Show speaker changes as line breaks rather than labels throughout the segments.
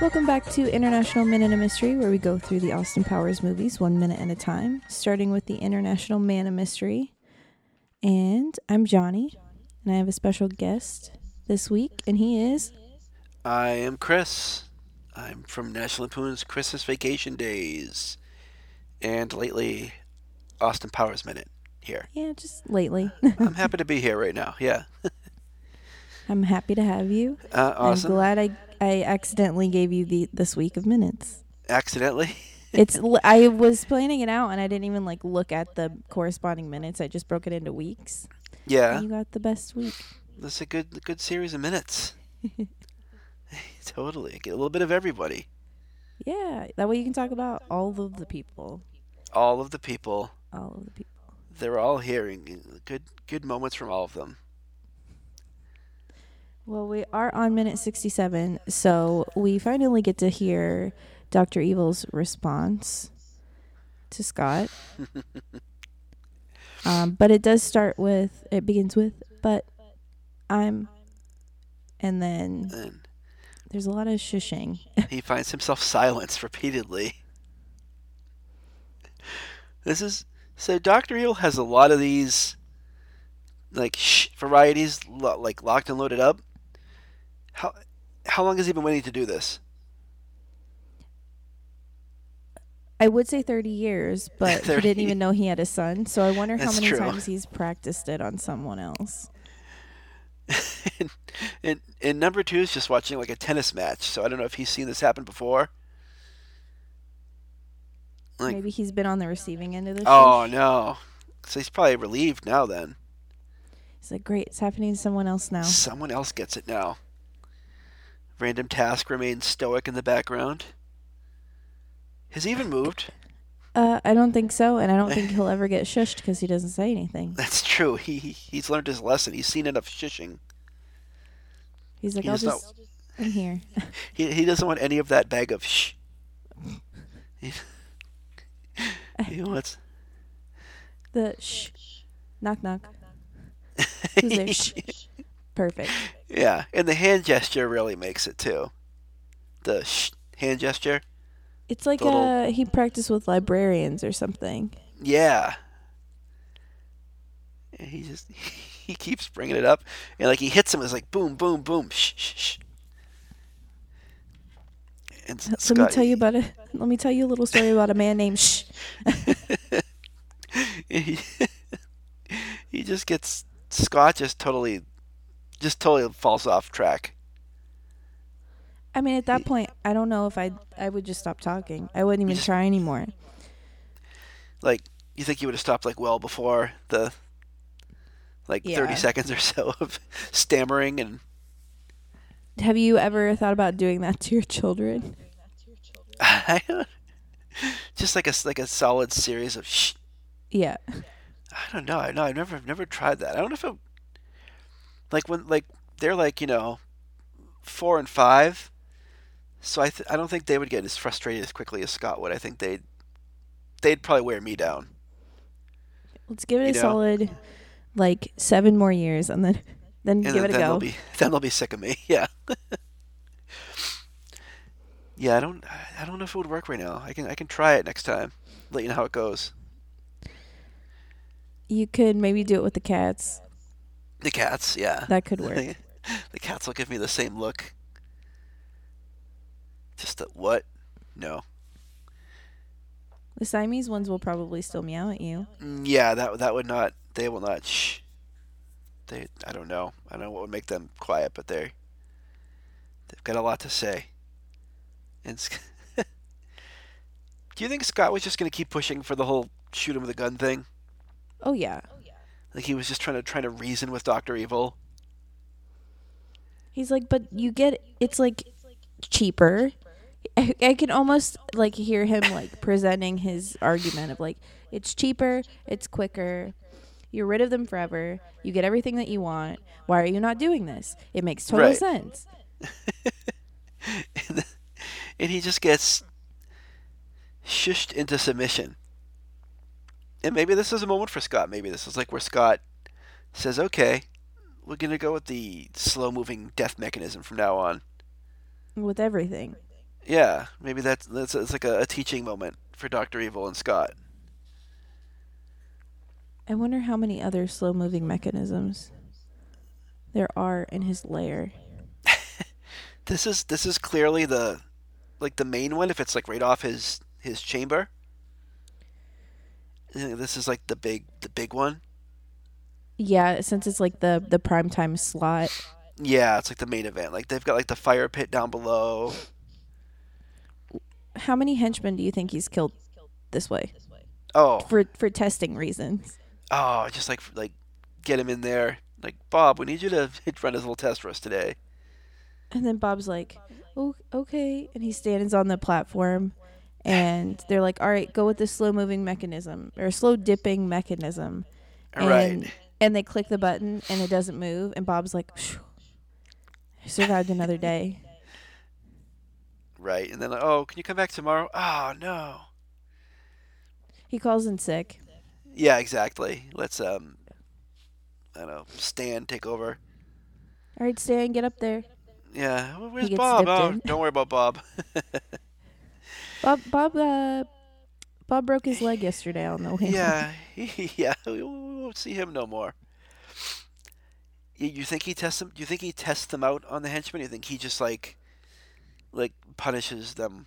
Welcome back to International Men in a Mystery, where we go through the Austin Powers movies one minute at a time, starting with the International Man of Mystery. And I'm Johnny, and I have a special guest this week, and he is
I am Chris. I'm from National Lampoon's Christmas Vacation Days. And lately, Austin Powers Minute here.
yeah, just lately.
I'm happy to be here right now. Yeah.
I'm happy to have you.
Uh,
I'm
awesome.
glad I I accidentally gave you the this week of minutes.
Accidentally?
It's l- I was planning it out and I didn't even like look at the corresponding minutes. I just broke it into weeks.
Yeah.
And you got the best week.
That's a good good series of minutes. totally. Get a little bit of everybody.
Yeah, that way you can talk about all of the people,
All of the people.
all of the people.
They're all hearing good good moments from all of them.
Well, we are on minute 67, so we finally get to hear Dr. Evil's response to Scott. um, but it does start with, it begins with, but I'm, and then
And
there's a lot of shushing.
he finds himself silenced repeatedly. This is so Doctor Evil has a lot of these like shh varieties lo- like locked and loaded up. How how long has he been waiting to do this?
I would say 30 years, but he
30.
didn't even know he had a son, so I wonder how
That's
many
true.
times he's practiced it on someone else.
and, and and number two is just watching like a tennis match. So I don't know if he's seen this happen before. Like-
Maybe he's been on the receiving end of this.
Oh no! So he's probably relieved now. Then
It's like, great, it's happening to someone else now.
someone else gets it now. Random task remains stoic in the background. Has he even moved?
Uh, I don't think so, and I don't think he'll ever get shushed because he doesn't say anything.
That's true. He he- he's learned his lesson. He's seen enough shishing.
He's like,
He
I'll
does not-
just, I'm here.
He he doesn't want any of that bag of shh. He, he wants.
The shh, knock knock. Who's there? Shh. Perfect.
Yeah, and the hand gesture really makes it too. The sh- hand gesture.
It's like
Little-
uh, he practiced with librarians or something.
Yeah. And he just he keeps bringing it up, and like he hits him, it's like boom, boom, boom, shh, shh, shh. And S-
Let me
Scott,
tell you about a. Let me tell you a little story about a man named Shh.
he, he just gets Scott just totally, just totally falls off track.
I mean, at that point, I don't know if I. I would just stop talking. I wouldn't even
just-
try anymore.
Like you think he would have stopped like well before the like
Yeah.
thirty seconds or so of stammering and
Have you ever thought about doing that to your children?
I don't, just like a s- like a solid series of shh.
Yeah.
I don't know. I know. I've never I've never tried that. I don't know if it like when like they're like you know four and five, so I th- I don't think they would get as frustrated as quickly as Scott would. I think they'd they'd probably wear me down.
Let's give it a
You know?
solid, like seven more years, and then then
And
give
then,
it a
then
go.
they'll be then they'll be sick of me. Yeah. yeah. I don't I don't know if it would work right now. I can I can try it next time. Let you know how it goes.
you could maybe do it with the cats.
The cats. Yeah.
That could work.
the cats will give me the same look. Just the what? No.
The Siamese ones will probably still meow at you.
Mm, Yeah, that that would not. They will not. Shh. They. I don't know. I don't know what would make them quiet, but they. They've got a lot to say. And. Sc- Do you think Scott was just gonna keep pushing for the whole shoot him with a gun thing?
Oh yeah,
Like he was just trying to trying to reason with Doctor Evil.
he's like, but you get it's like cheaper. I, I can almost like hear him like presenting his argument of like it's cheaper, it's quicker. You're rid of them forever. You get everything that you want. Why are you not doing this? It makes total
Right.
sense.
and, and he just gets shushed into submission. And maybe this is a moment for Scott. Maybe this is like where Scott says, "Okay, we're gonna go with the slow-moving death mechanism from now on."
With everything.
Yeah, maybe that's that's it's like a, a teaching moment for Doctor Evil and Scott.
I wonder how many other slow moving mechanisms there are in his lair.
This is this is clearly the like the main one if it's like right off his his chamber. I think This is like the big the big one.
Yeah, since it's like the the prime time slot.
Yeah, it's like the main event. Like they've got like the fire pit down below.
How many henchmen do you think he's killed this way
Oh,
for for testing reasons?
oh, just like like get him in there. Like Bob, we need you to run his little test for us today.
And then Bob's like, "Oh, okay," and he stands on the platform, and they're like, "All right, go with the slow moving mechanism or slow dipping mechanism."
All
And,
right.
And they click the button, and it doesn't move. And Bob's like, "Phew, "I survived another day."
Right. And then like, oh, can you come back tomorrow? Oh no.
He calls in sick.
Yeah, exactly. Let's um I don't know, Stan take over.
All right, Stan, get up there.
Yeah. "Well, Where's
gets
Bob?
dipped
Oh,
in.
don't worry about Bob.
Bob, Bob, uh, Bob broke his leg yesterday on the way.
yeah. yeah. We won't see him no more. You, you think he tests them? You think he tests them out on the henchmen? You think he just like, like punishes them,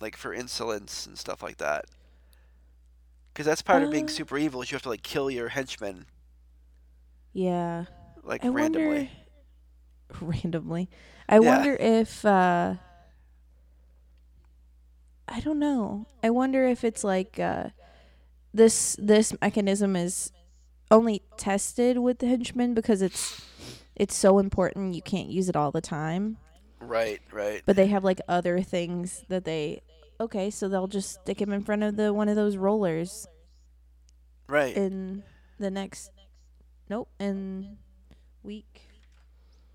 like for insolence and stuff like that? Because that's part of being
Uh.
super evil is you have to like kill your henchmen
Yeah.
like
I
randomly.
wonder. Randomly, I
Yeah.
wonder if. uh I don't know. I wonder if it's like uh this this mechanism is only tested with the henchmen because it's it's so important you can't use it all the time.
Right. Right.
But they have like other things that they okay, so they'll just stick him in front of the one of those rollers
Right.
in the next nope in week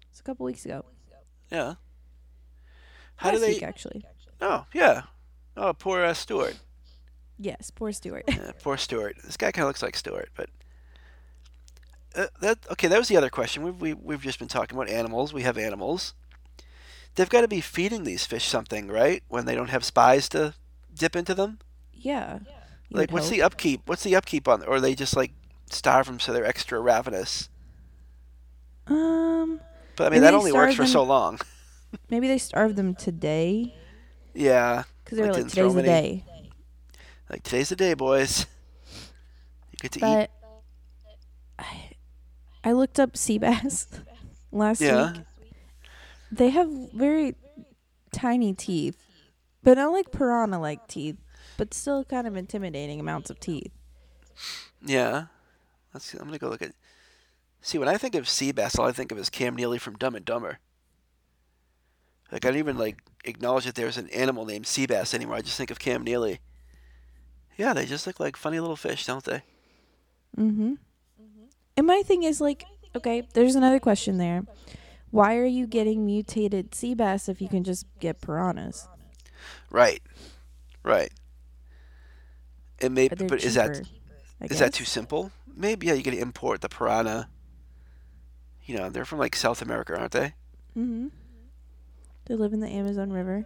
it's a couple weeks ago
yeah. How do
last
they?
week actually
Oh yeah. Oh poor uh, Stuart.
yes poor Stuart
Yeah, Uh, poor Stuart. This guy kind of looks like Stuart, but uh, that okay. That was the other question. We've we, we've just been talking about animals. We have animals. They've got to be feeding these fish something, right? When they don't have spies to dip into them.
yeah You
like,
would
what's
hope.
the upkeep? What's the upkeep on? Or they just like starve them so they're extra ravenous.
um
But I
Maybe
mean, that
they
only works
starve them-
for so long.
maybe they starved them today
Yeah,
because they
Like,
were like
didn't throw
today's the
them any-
day
like today's the day, boys. You get to eat.
but I, I looked up sea bass last
Yeah.
week they have very tiny teeth but not like piranha like teeth but still kind of intimidating amounts of teeth
Yeah. Let's. I'm gonna go look at. See, when I think of sea bass, all I think of is Cam Neely from Dumb and Dumber. Like I don't even like acknowledge that there's an animal named sea bass anymore. I just think of Cam Neely. Yeah, they just look like funny little fish, don't they?
Mm-hmm. And my thing is like, okay, there's another question there. Why are you getting mutated sea bass if you can just get piranhas?
Right. Right. It may,
But they're
but is
cheaper.
that
I
is that
guess.
too simple? Maybe yeah, you could import the piranha. You know, they're from like South America, aren't they?
Mm-hmm. They live in the Amazon River.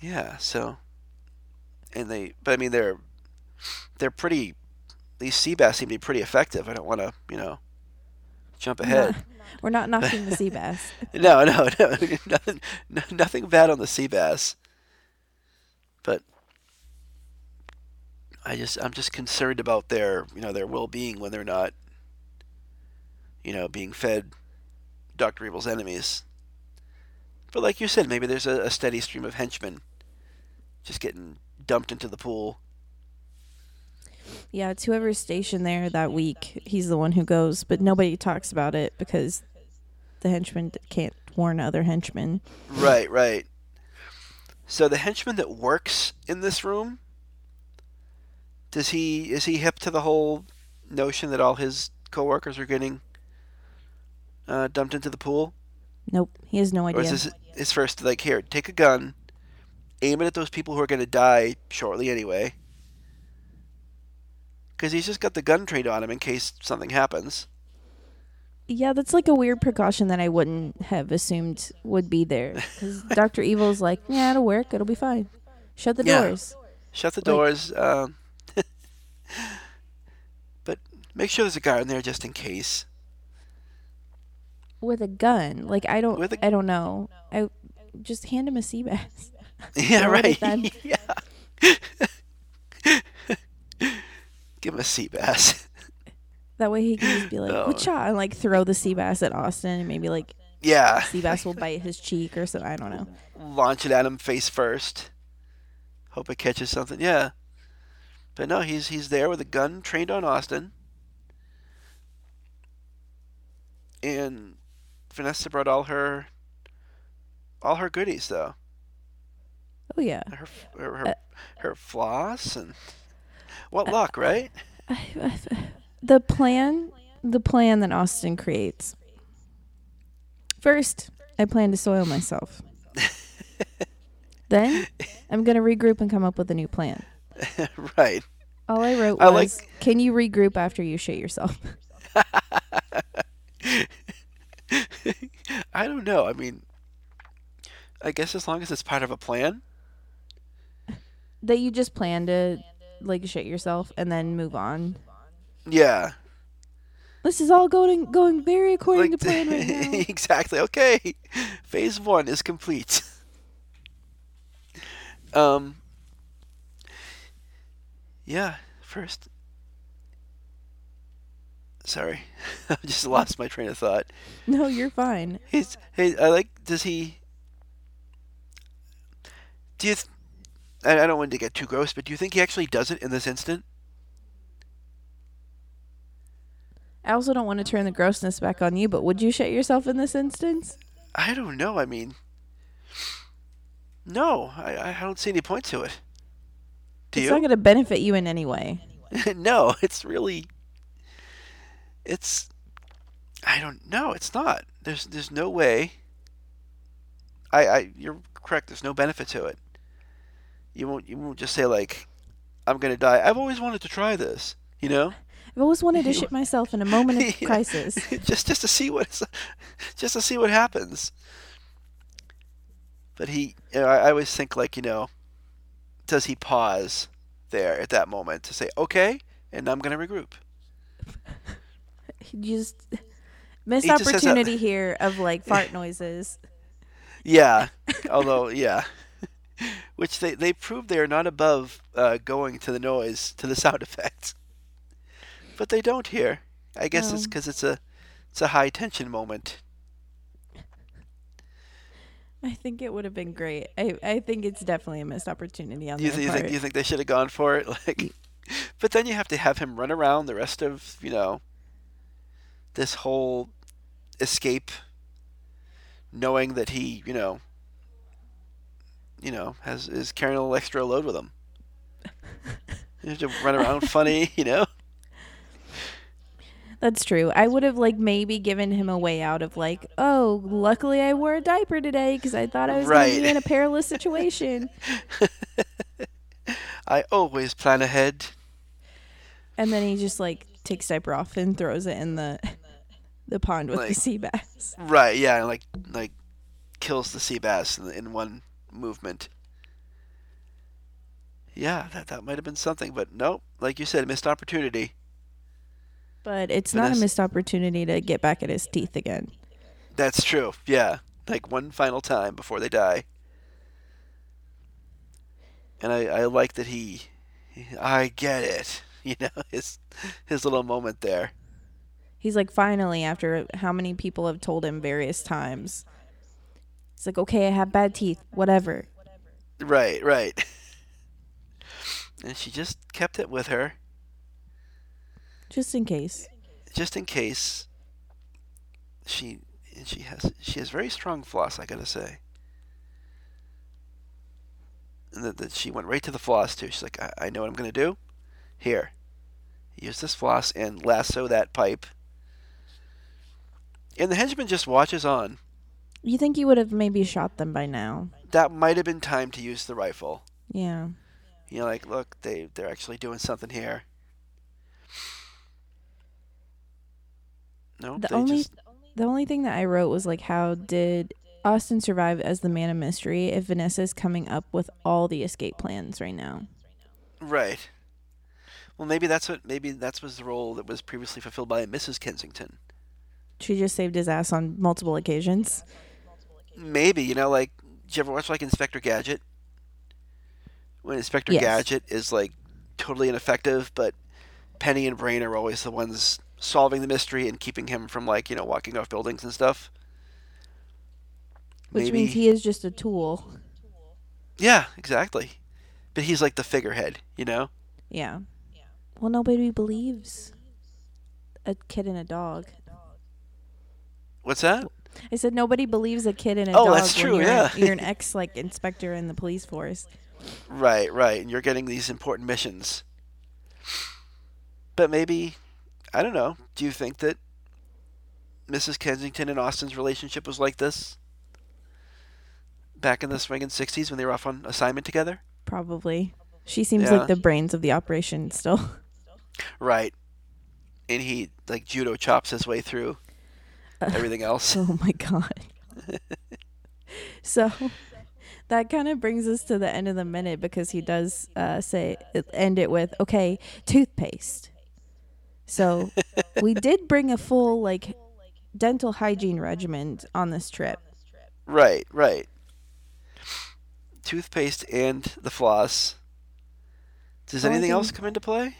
Yeah, so and they but I mean they're they're pretty these sea bass seem to be pretty effective. I don't want to, you know, jump ahead.
We're not knocking the sea bass.
No, no, no. nothing no, nothing bad on the sea bass. But I just I'm just concerned about their, you know, their well-being when they're not you know, being fed Dr. Evil's enemies. But like you said, maybe there's a, a steady stream of henchmen just getting dumped into the pool.
Yeah, it's whoever's stationed there that week. He's the one who goes, but nobody talks about it because the henchmen d- can't warn other henchmen.
Right, right. So the henchman that works in this room, does he is he hip to the whole notion that all his coworkers are getting uh, dumped into the pool,
Nope, he has no
or
idea.
is this his first like here? Take a gun, aim it at those people who are going to die shortly anyway, because he's just got the gun trained on him in case something happens.
Yeah, that's like a weird precaution that I wouldn't have assumed would be there. Because Dr. Evil's like, yeah, it'll work. It'll be fine. Shut the
Yeah.
doors.
Shut the
Like-
doors. um, but make sure there's a guy in there just in case.
With a gun. Like, I don't,
With
I
a-
I don't know. I Just hand him a sea bass.
Yeah,
Throw it
right.
at them.
yeah. Give him a sea bass.
That way he can just be like,
No.
"Wacha," and like throw the sea bass at Austin, and maybe like
Yeah.
sea bass will bite his cheek or so. I don't know.
Launch it at him face first. Hope it catches something. Yeah. But no, he's he's there with a gun trained on Austin. And Vanessa brought all her all her goodies though.
Oh yeah,
Her her her, her floss and what luck, right?
the plan, the plan that Austin creates. First, I plan to soil myself. then, I'm gonna regroup and come up with a new plan.
right.
All I wrote was,
I like-
"Can you regroup after you shit yourself?"
I don't know. I mean, I guess as long as it's part of a plan.
that you just plan to like shit yourself and then move on.
Yeah.
This is all going going very according
Like
to plan right now.
exactly. Okay. Phase 1 is complete. um Yeah, first Sorry. I just lost my train of thought.
No, you're fine.
He's hey, I like. Does he? Do you? Th- I, I don't want to get too gross, but do you think he actually does it in this instant?
I also don't want to turn the grossness back on you, but would you shit yourself in this instance?
I don't know. I mean, no, I I don't see any point to it. Do
it's
you?
not going to benefit you in any way.
no, it's really. It's. I don't know. It's not. There's there's no way. I I you're correct. There's no benefit to it. You won't you won't just say like, I'm gonna die. I've always wanted to try this. You know,
I've always wanted to shit myself in a moment of
Yeah.
crisis.
just just to see what it's, just to see what happens. But he, you know, I, I always think like you know, does he pause there at that moment to say okay, and I'm gonna regroup.
You just missed
just has that-
opportunity here of like fart noises.
Yeah, although yeah, which they they prove they are not above uh, going to the noise to the sound effects, but they don't here. I guess it's
No.
because it's a it's a high tension moment.
I think it would have been great. I, I think it's definitely a missed opportunity on
You,
their
th- you
part.
think you think they should have gone for it, like, but then you have to have him run around the rest of you know this whole escape, knowing that he you know you know has is carrying a little extra load with him. You have to run around funny, you know.
That's true. I would have like maybe given him a way out of like, oh, luckily I wore a diaper today because I thought I was going to
Right.
be in a perilous situation.
I always plan ahead.
And then he just like takes diaper off and throws it in the the pond with the
Like-
sea bass.
Right, yeah, and like like kills the sea bass in, in one movement. Yeah, that that might have been something, but nope. Like you said, missed opportunity.
But it's
But
not a
that's-
missed opportunity to get back at his teeth again.
That's true. Yeah, like one final time before they die. And I I like that he, I get it. You know his his little moment there.
He's like, finally, after how many people have told him various times, it's like, okay, I have bad teeth, whatever.
Right, right. And she just kept it with her.
Just in case.
just in case she and she has she has very strong floss i gotta say and that, that she went right to the floss too she's like I, I know what i'm gonna do here use this floss and lasso that pipe and the henchman just watches on
You think you would have maybe shot them by now.
that might have been time to use the rifle
Yeah.
you know like look they they're actually doing something here No,
The
they
only
just
The only thing that I wrote was like, how did Austin survive as the man of mystery if Vanessa's coming up with all the escape plans right now?
right. Well, maybe that's what maybe that was the role that was previously fulfilled by Mrs. Kensington.
She just saved his ass on multiple occasions.
Maybe you know, like, did you ever watch like Inspector Gadget? When Inspector
Yes.
Gadget is like totally ineffective, but Penny and Brain are always the ones solving the mystery and keeping him from like you know walking off buildings and stuff.
Which
Maybe-
means he is just a tool.
Yeah, exactly. But he's like the figurehead, you know.
Yeah. Well, nobody believes a kid and a dog.
What's that?
I said nobody believes a kid and a
Oh,
dog.
that's
when
true,
You're,
yeah.
you're an ex like inspector in the police force.
Right, right. And you're getting these important missions. But maybe, I don't know. Do you think that Mrs. Kensington and Austin's relationship was like this back in the swinging 60s when they were off on assignment together?
Probably. She seems
Yeah.
like the brains of the operation still.
Right. And he, like, judo chops his way through everything else.
Oh my god. so that kind of brings us to the end of the minute because he does uh, say end it with okay toothpaste. So we did bring a full like dental hygiene regimen on this trip.
Right, right. Toothpaste and the floss. Does
The only
anything
thing-
else come into play?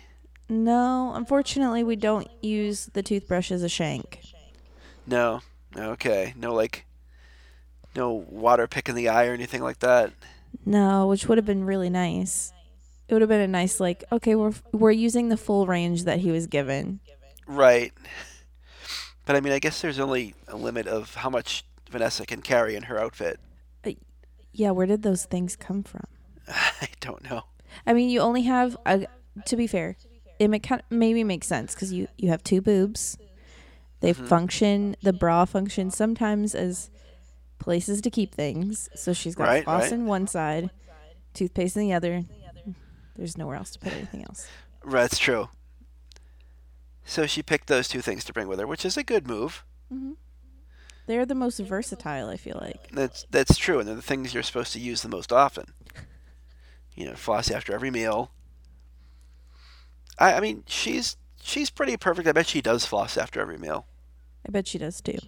No, unfortunately we don't use the toothbrush as a shank.
No. Okay. No, like, no water pick in the eye or anything like that.
No, which would have been really nice. It would have been a nice like okay we're we're using the full range that he was given.
Right. But I mean, I guess there's only a limit of how much Vanessa can carry in her outfit.
Yeah, where did those things come from?
I don't know.
I mean, you only have. A, to be fair, it may kind of maybe makes sense because you you have two boobs. They
Mm-hmm.
function. The bra functions sometimes as places to keep things. So she's got
Right,
floss
right.
in one side, toothpaste in the other. There's nowhere else to put anything else.
Right, That's true. So she picked those two things to bring with her, which is a good move.
They're the most versatile. I feel like.
That's that's true, and they're the things you're supposed to use the most often. You know, floss after every meal. I, I mean, she's she's pretty perfect. I bet she does floss after every meal.
I bet she does too.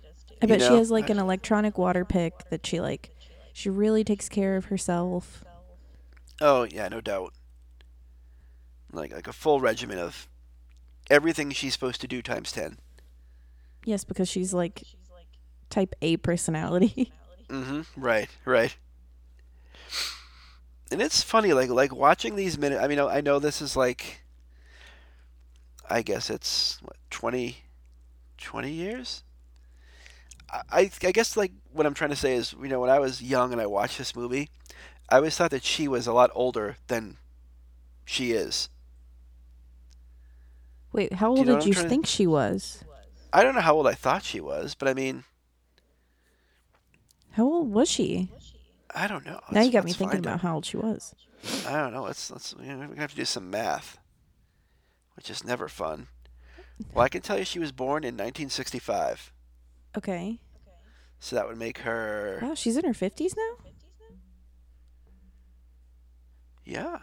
I bet she
know,
has like
I-
an electronic water pick that she like. She really takes care of herself.
Oh yeah, no doubt. Like like a full regimen of everything she's supposed to do times ten.
Yes, because she's like type A personality.
Mm-hmm. Right, right. And it's funny, like like watching these minutes. I mean, I know this is like, I guess it's what, 20, 20 years. I, I I guess like what I'm trying to say is, you know, when I was young and I watched this movie, I always thought that she was a lot older than she is.
Wait, how
you
old
know what
did
I'm
you
trying to-
think she was?
I don't know how old I thought she was, but I mean,
How old was she?
I don't know.
now
Let's-
you got me
let's
thinking
find
about how old she was.
out. I don't know. Let's let's you know, we're gonna have to do some math, which is never fun. Well, I can tell you she was born in 1965,
Okay.
so that would make her
Wow, she's in her 50s now?
yeah,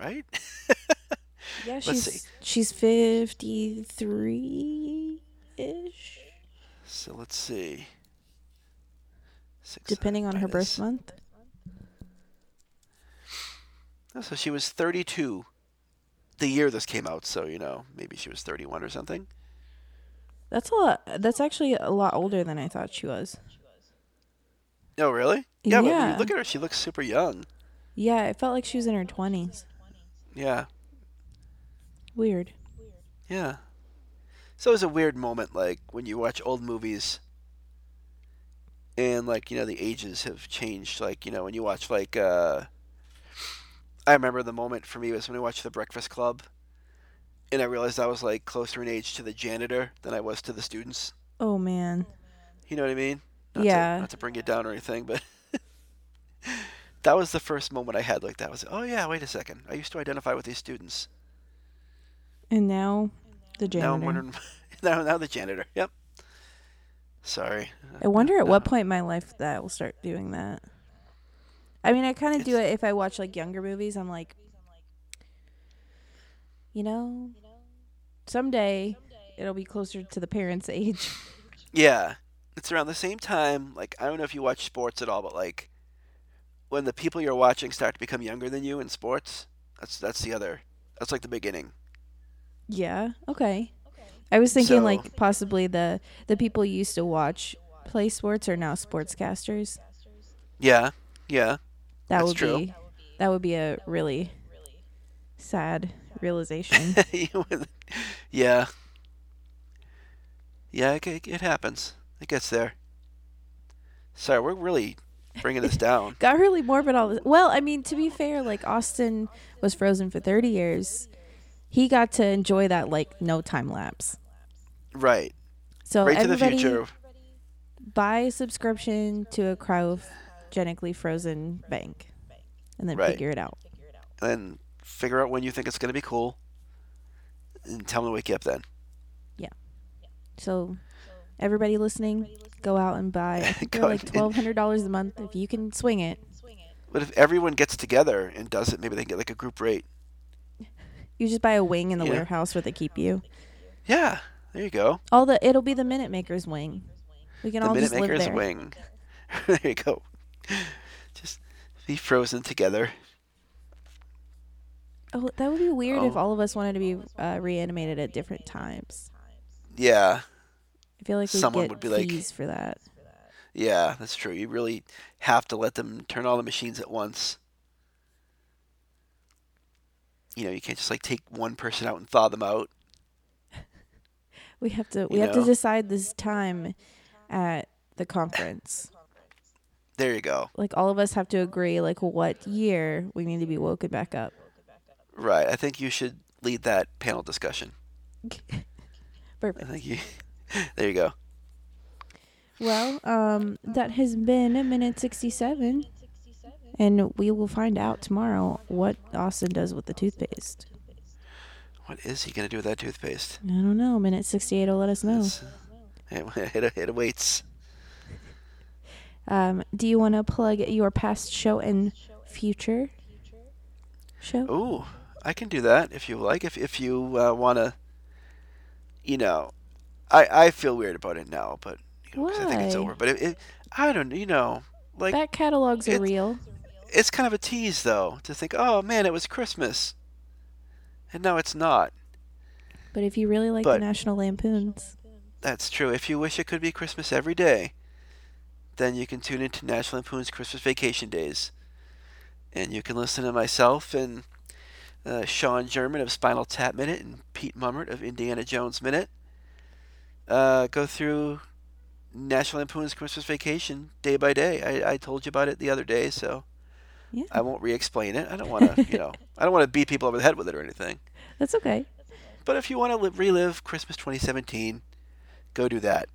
right.
Yeah, she's
Let's see.
she's 53-ish,
So let's see. Six,
depending on her birth
minus-
month.
Oh, So she was 32 the year this came out. So you know maybe she was 31 or something.
That's a lot. That's actually a lot older than I thought she was.
No, really? Yeah, but when
Yeah.
you look at her, she looks super young.
Yeah, it felt like she was in her 20s.
Yeah.
Weird.
Yeah. So it was a weird moment, like when you watch old movies, and like you know the ages have changed. Like you know when you watch like, uh, I remember the moment for me was when I watched The Breakfast Club, and I realized I was like closer in age to the janitor than I was to the students.
Oh man.
You know what I mean? Not
Yeah.
To, not to bring it down or anything, but that was the first moment I had like that. I was oh yeah, wait a second. I used to identify with these students.
And now the
Now I'm
janitor.
wondering, now, now the janitor. Yep. Sorry.
I wonder at what point in my life that I will start doing that. I mean, I kind of do it if I watch like younger movies. I'm like, you know, someday it'll be closer to the parents' age.
Yeah, it's around the same time. Like I don't know if you watch sports at all, but like when the people you're watching start to become younger than you in sports, that's that's the other. That's like the beginning.
Yeah. Okay. I was thinking
So-
like possibly the the people you used to watch play sports are now sportscasters.
Yeah. Yeah.
That
That's
would
true.
be that would be a really sad realization.
You would- yeah. Yeah, it, it it happens. It gets there. Sorry, we're really bringing this down.
Got really morbid all this. Well, I mean, to be fair, like Austin was frozen for 30 years. He got to enjoy that like no time lapse.
right.
So
Right to the
everybody
future.
buy a subscription to a cryogenically frozen bank and then
Right.
figure it out.
And figure out when you think it's going to be cool. And tell me to wake you up then.
So, everybody listening, go out and buy. I think they're
Go
like
and-
twelve hundred dollars a month if you can swing it.
But if everyone gets together and does it, maybe they can get like a group rate.
You just buy a wing in the
Yeah.
warehouse where they keep you.
Yeah, there you go.
All the it'll be the Minute Maker's wing. We can
The
all
Minute
just live
Maker's
there.
wing. there you go. Just be frozen together.
Oh, that would be weird if
Oh.
all of us wanted to be uh, reanimated at different times.
Yeah,
I feel like we
Someone
get
would be like-
fees for that.
yeah, that's true. You really have to let them turn all the machines at once. You know, you can't just like take one person out and thaw them out.
We have to we
You
have to
know.
decide this time at the conference.
There you go.
Like all of us have to agree like what year we need to be woken back up.
Right. I think you should lead that panel discussion. I
Perfect.
think you. there you go.
Well, um, that has been a minute 67. And we will find out tomorrow what Austin does with the toothpaste.
What is he gonna do with that toothpaste? uh,
I don't know. Minute 68 will let us know.
It's- It, it, it awaits.
Um, do you want to plug your past show and future show?
Ooh, I can do that if you like. If if you uh, want to, you know, I I feel weird about it now, but you know, 'cause I think it's
Why?
over. But it, it I don't, you know, like
Back catalogs are
it's-
real.
it's kind of a tease though to think, oh man, it was Christmas, and now it's not.
But if you really like the
but-
National Lampoons,
That's true. If you wish it could be Christmas every day, then you can tune into National Lampoon's Christmas Vacation Days. And you can listen to myself and uh, Sean German of Spinal Tap Minute and Pete Mummert of Indiana Jones Minute uh, go through National Lampoon's Christmas Vacation day by day. I, I told you about it the other day, so
Yeah.
I won't re explain it. I don't want to, you know, I don't want to beat people over the head with it or anything.
that's okay.
But if you want to live, relive Christmas 2017, go do that.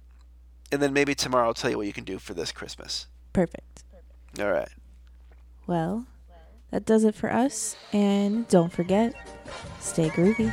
And then maybe tomorrow I'll tell you what you can do for this Christmas.
Perfect.
All right.
Well, that does it for us. And don't forget, stay groovy.